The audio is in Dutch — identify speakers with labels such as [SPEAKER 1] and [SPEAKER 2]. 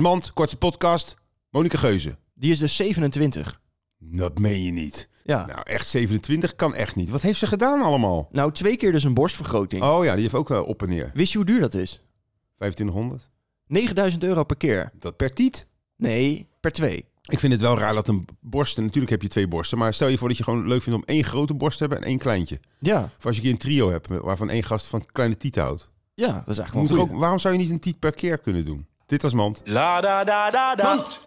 [SPEAKER 1] Mand, korte podcast. Monika Geuze.
[SPEAKER 2] Die is dus 27.
[SPEAKER 1] Dat meen je niet.
[SPEAKER 2] Ja. Nou,
[SPEAKER 1] Nou, echt 27 kan echt niet. Wat heeft ze gedaan allemaal?
[SPEAKER 2] twee keer dus een borstvergroting.
[SPEAKER 1] Oh ja, die heeft ook wel op en neer.
[SPEAKER 2] Wist je hoe duur dat is?
[SPEAKER 1] 2500.
[SPEAKER 2] 9000 euro per keer.
[SPEAKER 1] Dat per tiet.
[SPEAKER 2] Nee, per twee.
[SPEAKER 1] Ik vind het wel raar dat een borsten... Natuurlijk heb je twee borsten. Maar stel je voor dat je gewoon leuk vindt om één grote borst te hebben en één kleintje.
[SPEAKER 2] Ja,
[SPEAKER 1] Of als je een keer een trio hebt waarvan één gast van kleine tiet houdt.
[SPEAKER 2] ja, dat is eigenlijk wel
[SPEAKER 1] Moet er
[SPEAKER 2] goed.
[SPEAKER 1] ook, waarom zou je niet een tiet per keer kunnen doen? Dit was Mand.
[SPEAKER 3] La da da da da.